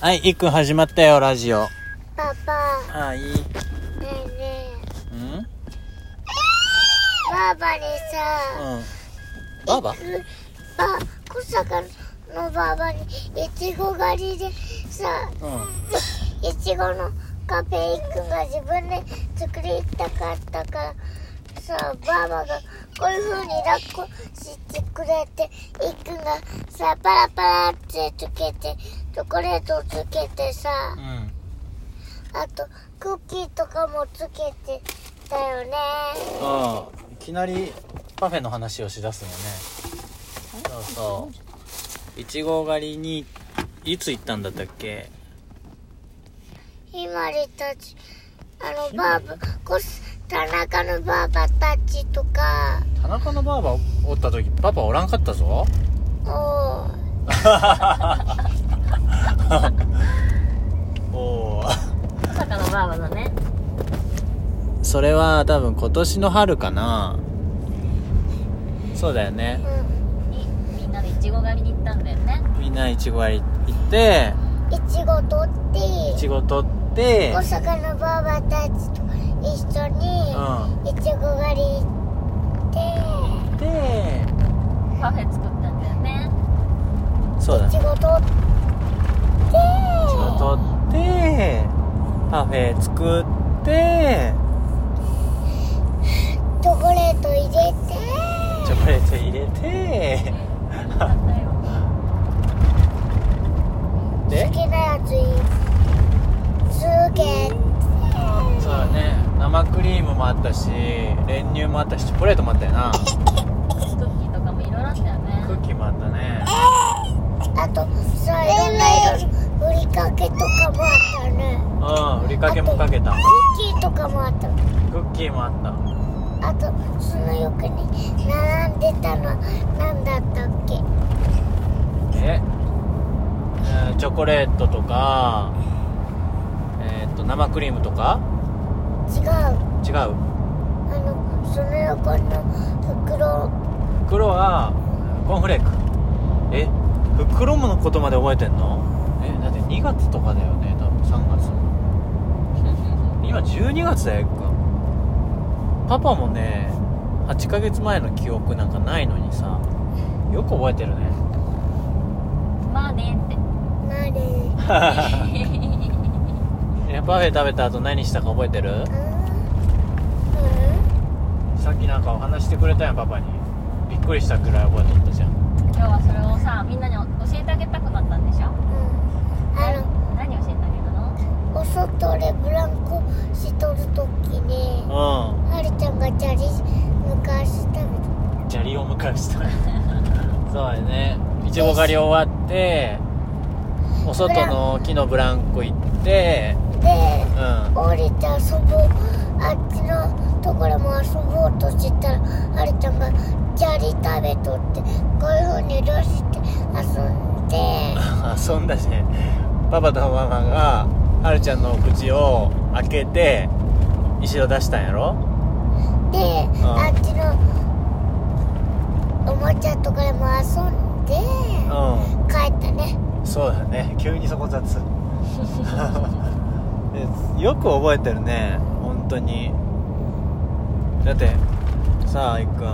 はい、いっくん始まったよ、ラジオ。パパ、はい。んねえねえ、ばあばにさ、うん。ばあばば、小坂のばあばに、いちご狩りでさ、ういちごのカフェイくんが自分で作りたかったから、さ、ばあばがこういう風に抱っこしてくれて、いっくんがさ、パラパラってつけて、チョコレートをつけてさ、ん。うん。あとクッキーとかもつけてたよね。ああ、いきなりパフェの話をしだすのね。そうそう。いちご狩りに、いつ行ったんだったっけひまりたち、あの、ばあば、こす、田中のばあばたちとか、田中のばあばおった時、パパおらんかったぞ。おおお。小坂のばあばだね。それは多分今年の春かな。そうだよね。うん。みんなでイチゴ狩りに行ったんだよねみんないちご狩り行っていちごとって、いちご取って小坂のばあばたちと一緒に、いちご狩り行うんでパフェ作ったんだよねそうだって、いちねごとって、いちご取ってパフェ作ってチョコレート入れて、チョコレート入れて だったよで好きなやつつけて、そうだね生クリームもあったし練乳もあったしチョコレートもあったよなクッキーとかもいろいろあったよねクッキーもあったねあと、さ、いろんな色のふりかけとかもあったね。うんふりかけもかけたクッキーとかもあったクッキーもあったあとその横に並んでたのなんだったっけええーチョコレートとかえーっと生クリームとか違うあ違うのその横の袋袋はコーンフレークえ袋のことまで覚えてんのえだって2月とかだよね多分3月今12月だよゆっくんパパもね8ヶ月前の記憶なんかないのにさよく覚えてるねまあねってなれうんえパフェ食べた後何したか覚えてるうさっきなんかお話してくれたやんパパにびっくりしたくらい覚えとったじゃん今日はそれをさみんなに教えてあげたくなったんでしょんうんあの何教えてあげたのお外でブランコしとるときにうはるちゃんがチャリ昔食べたん砂利をむかした そうだよねいちご狩り終わってお外の木のブランコ行ってでうん降りて遊ぼうあっちのところも遊ぼうとしてたらはるちゃんが砂利食べとってこういうふうに出して遊んで遊んだしねパパとママがはるちゃんの口を開けて石を出したんやろでああっちのおもちゃとかでも遊んでう帰ったねんそうだね急にそこ雑 でよく覚えてるね本当にだってさあいっくん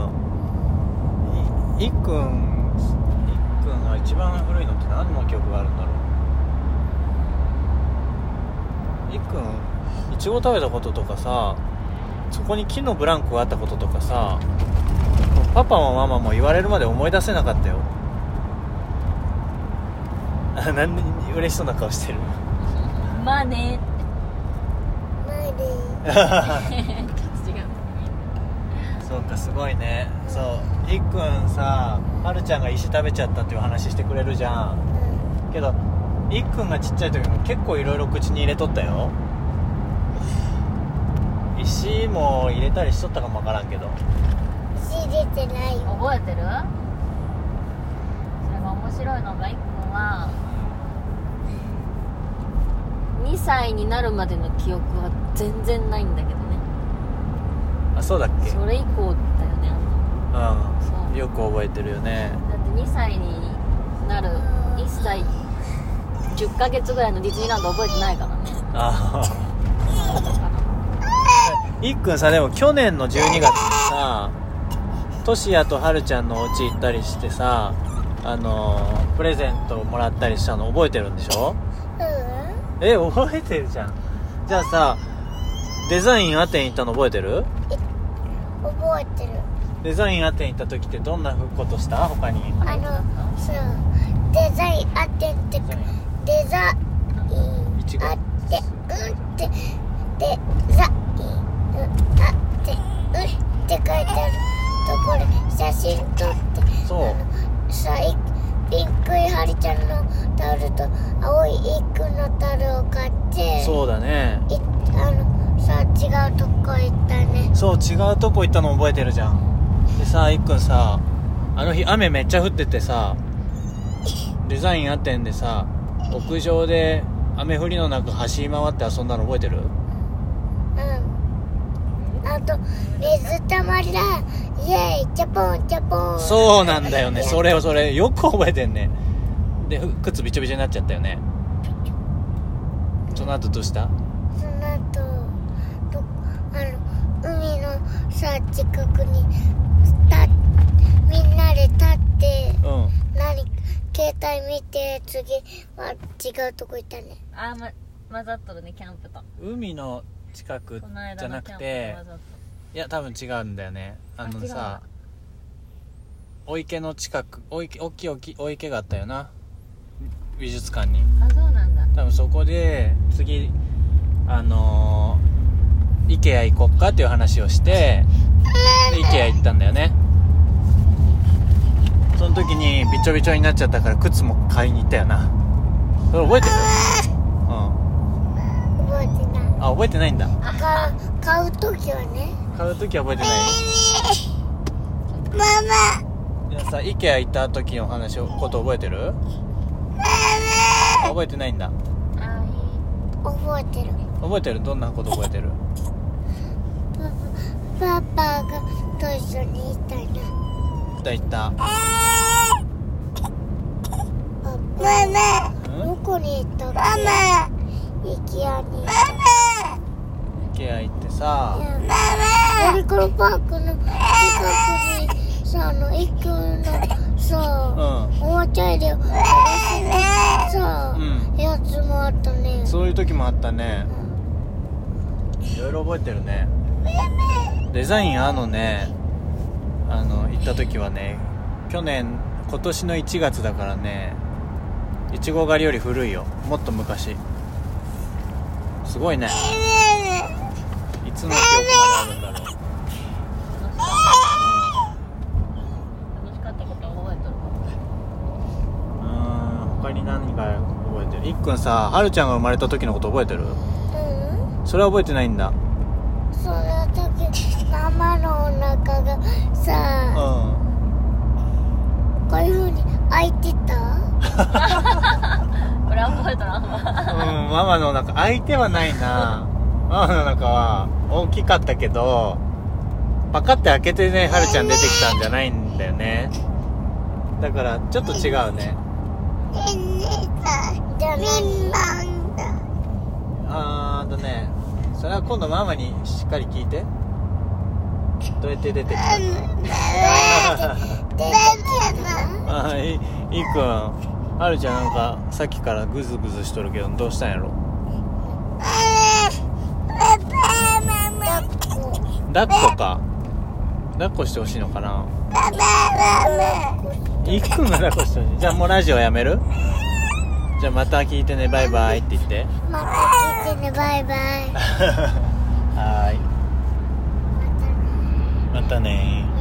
いいっくんいっくんが一番古いのって何の記憶があるんだろういっくんいちご食べたこととかさそこに木のブランコがあったこととかさパパもママも言われるまで思い出せなかったよ あなんで嬉しそうな顔してるまあねっ前でて違うそうかすごいねそういっくんさはるちゃんが石食べちゃったっていう話してくれるじゃんけどいっくんがちっちゃい時も結構いろいろ口に入れとったよ石も入れたりしとったかもわからんけど仕入れてないよ 覚えてるそれが面白いのがいっくんは2歳になるまでの記憶は全然ないんだけどねあそうだっけうそれ以降だよねんそうよく覚えてるよねだって2歳になる1歳10ヶ月ぐらいのディズニーランド覚えてないからねああいっくんさでも去年の12月にさとしやとはるちゃんのお家行ったりしてさあのープレゼントをもらったりしたの覚えてるんでしょうえ覚えてるじゃんじゃあさデザインアテン行ったの覚えてるん覚えてるデザインアテン行った時ってどんなことした他にあのそうデザインあってんってデザインいちごあってうんってデザインあってうんって書いてあるところ写真撮ってそうさいピンクいハリちゃんのタオルと青いインクのタオルを買ってそうだねいあのさ違うとこ行ったねそう違うとこ行ったの覚えてるじゃんでさいっくんさあの日雨めっちゃ降っててさデザインあってんでさ屋上で雨降りの中走り回って遊んだの覚えてるうんあと水たまりだイエーイチャポンチャポンそうなんだよねいやそれをそれよく覚えてんねでふ靴びちょびちょになっちゃったよねその後どうしたその後とあの海のさ近くにたみんなで立ってうん何携帯見て次は違うとこ行ったねあー、ま、混ざっとるねキャンプと海の近くこの間のじゃなくていや多分違うんだよねあのさお池の近くお池大きいおきお池があったよな美術館にあそうなんだ多分そこで次あのー、IKEA 行こっかっていう話をしてで IKEA 行ったんだよねその時にびちょびちょになっちゃったから靴も買いに行ったよなそれ覚えてるうん覚えてないあ覚えてないんだか買う時はね買う時は覚えてないママいやさ IKEA 行った時の話をこと覚えてるあ覚えてないんだあ覚えてる覚えてるどんなこと覚えてるパパがと一緒にいたな行った行ったママうんどこに行ったママイキアにママ IKEA 行ってさママメリコロパークの近くにさあのイクのうさんおもちゃ入れを探すさうやつもあったねそういう時もあったねいろいろ覚えてるねデザインあのねあの行った時はね去年今年の1月だからねいちご狩りより古いよもっと昔すごいねいつの記憶まであるんだろうー楽しかったこと覚えとるうーん他に何が覚えてるいっくんさはるちゃんが生まれた時のこと覚えてるうんそれは覚えてないんだその時ママのお腹がうんさあこういうふうに開いてたこれは覚えとらんわうんママのお腹相手はないなママのお腹は大きかったけどパカって開けてねはるちゃん出てきたんじゃないんだよねだからちょっと違うねじゃあみんなあーあとねそれは今度ママにしっかり聞いてどうやって出てきたの出てきたあーいいいくんはるちゃんなんかさっきからグズグズしとるけどどうしたんやろ抱っこか抱っこしてほしいのかな行くんが抱っこしてほしいじゃあもうラジオやめるじゃあまた聞いてねバイバイって言ってまた聞いてねバイバイはーいまたねー